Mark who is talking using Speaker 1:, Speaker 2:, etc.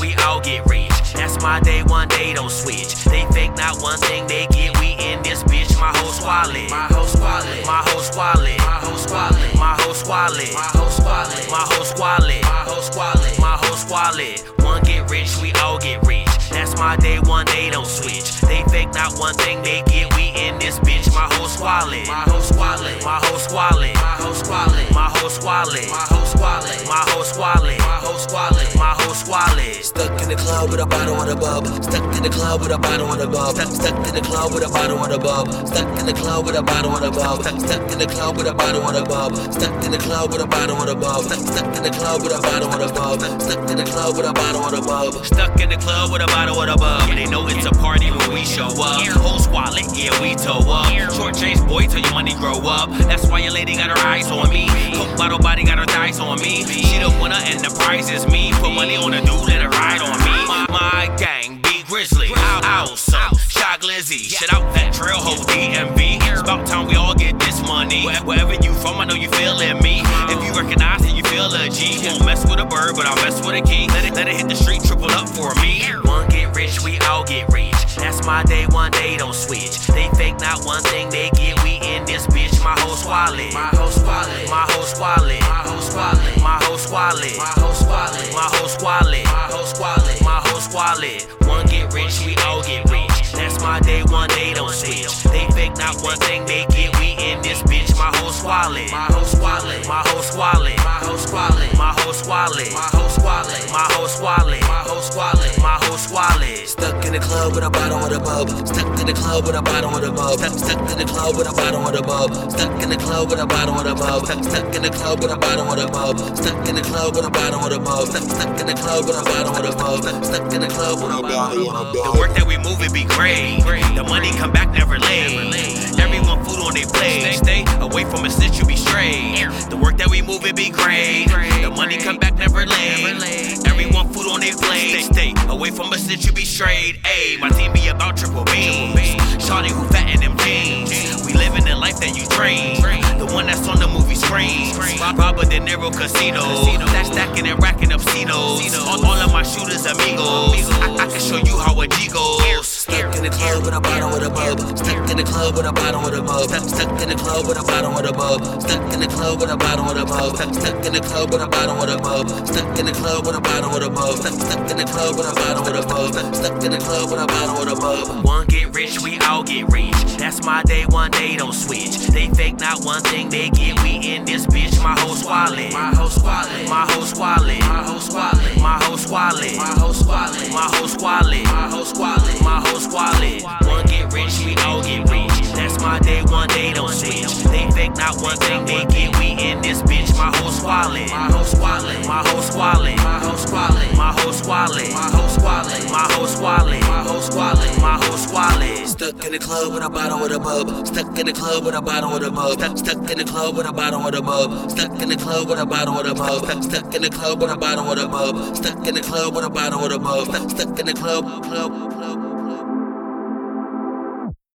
Speaker 1: we all get rich. That's my day one, they don't switch. They fake not one thing they get. We in this bitch, my whole squalid. My whole squalid. My whole squalid. My whole squalid. My whole squalid. My whole squalid. My whole squalid. My whole squalid. My whole squalid. One get rich, we all get rich. That's my day one, they don't switch. They fake not one thing they get. We in this bitch, my whole squalid. My whole squalid. My whole squalid. My whole squalid. My whole squalid. My whole squalid. My whole squalid. My whole squalid. My whole squalid.
Speaker 2: Stuck in the club with a bottle on the bub. Stuck in the club with a bottle on the bub. Stuck, stuck in the club with a bottle on the bub. Stuck in the club with a bottle on the bub. Stuck, stuck in the club with a bottle on the bub. Stuck in the club with a bottle on the bub. Stuck, stuck in the club with a bottle on the bub. Stuck in the club with a bottle on the bub.
Speaker 1: Stuck in the club with a bottle of the bug. They know it's a party when we show up. Whole squad lit, yeah, we toe up. Short change boy till your money grow up. That's why your lady got her eyes on me. Coke bottle body got her thighs on me. She the winner and the prize is me. Put money on a dude and a ride on me. My, my gang, be grizzly. Awesome. Shot glizzy. Shut out that trail hole DMV. It's about time we all get this money. Where- Wherever you from, I know you feeling me. If you recognize it, you feel a G. Won't mess with a bird, but I'll mess with a king. Let it, let it hit the street, triple up for me. One get rich, we all get rich. That's my day one, they don't switch. They fake not one thing they get. We in this bitch, my whole squalid. My whole squalid. My whole squalid. My whole squalid. My whole squalid. My whole squalid. My whole squalid. My whole squalid. My whole squalid. One get rich, we all get rich. That's my day one, they don't switch. They fake not one thing they get. We in this bitch, my whole squalid. My whole squalid. My whole squalid. My whole squalid. My whole squalid. My whole squalid. My whole squalid. My whole squalid. My whole squalid.
Speaker 2: Stuck in the club with a bottle on the bub. Stuck in the club with a bottle on the bub. Stuck, stuck in the club with a bottle on the bub. Stuck in the club with a bottle on the bub. Stuck, stuck in the club with a bottle on the bub. Stuck in the club with a bottle on the bub. Stuck, stuck in the club with a bottle on the bub. Stuck, stuck in the club with a bottle on the bub.
Speaker 1: The work that we move, it be great. The money come back, never late. Everyone food on their plate. Stay away from a snitch, you be straight. The work that we move, it be great. The money come back, never late. Everyone food on their plate. Stay away from a snitch, you be straight. Ayy, my team be about triple beams. Shawty who fat in them jeans. We living the life that you dream. The one that's on the movie screen. Robert De Niro Casino. That's stacking and racking up Cenos. All, all of my shooters amigos. I, I can show you how a G goes.
Speaker 2: Stuck in the club with a bottle with a bub. Stuck in the club with a bottle with a bub. Stuck, stuck in the club with a bottle with a bub. Stuck in the club with a bottle with a bub. Stuck, stuck in the club with a bottle with a bub. Stuck in the club with a bottle with a bub. Stuck, stuck in the club with a bottle with a bub. Stuck, stuck in the club with a bottle with a bub.
Speaker 1: One get rich, we all get rich. That's my day one, they don't switch. They fake not one thing they get. We in this bitch, my whole squalid. My whole squalid. My whole squalid. My whole squalid. My whole squalid. My whole squalid. My whole squalid. My whole squalid. My whole squalid. One get rich, we all get rich. That's my day one, they don't switch. They fake not one thing they get. We in this bitch, my whole squalid. My whole squalid. My whole squalid. My whole squalid. My whole squalid. My whole squalid. My whole squalid. My whole squalid. My whole squalid.
Speaker 2: Stuck in the club with a bottle with a bub. Stuck in the club with a bottle with a bub. Stuck, stuck in the club with a bottle with a bub. Stuck in the club with a bottle with a bub. Stuck, stuck in the club with a bottle with a bub. Stuck in the club with a bottle with a bub. Stuck, stuck in the club, club, club.